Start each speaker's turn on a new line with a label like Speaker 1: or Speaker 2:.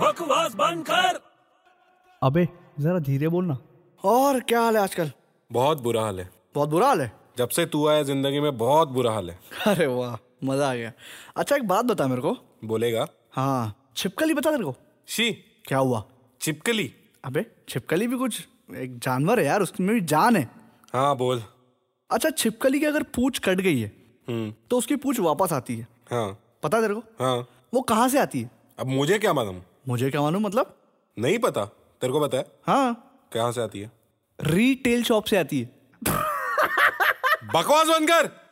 Speaker 1: बकवास बंद कर
Speaker 2: अबे जरा धीरे बोलना
Speaker 3: और क्या हाल है आजकल
Speaker 4: बहुत बुरा हाल है
Speaker 3: बहुत बुरा हाल है
Speaker 4: जब से तू आया जिंदगी में बहुत बुरा हाल है
Speaker 3: अरे वाह मजा आ गया अच्छा एक बात बता मेरे को
Speaker 4: बोलेगा
Speaker 3: हाँ छिपकली बता तेरे को
Speaker 4: शी
Speaker 3: क्या हुआ
Speaker 4: चिपकली
Speaker 3: अबे छिपकली भी कुछ एक जानवर है यार उसमें भी जान है
Speaker 4: हाँ बोल
Speaker 3: अच्छा छिपकली की अगर पूछ कट गई है
Speaker 4: हम्म
Speaker 3: तो उसकी पूछ वापस आती है
Speaker 4: हाँ
Speaker 3: पता है तेरे को
Speaker 4: हाँ
Speaker 3: वो कहाँ से आती है
Speaker 4: अब मुझे क्या मालूम
Speaker 3: मुझे क्या मालूम मतलब
Speaker 4: नहीं पता तेरे को पता है
Speaker 3: हाँ
Speaker 4: कहाँ से आती है
Speaker 3: रिटेल शॉप से आती है
Speaker 4: बकवास बंद कर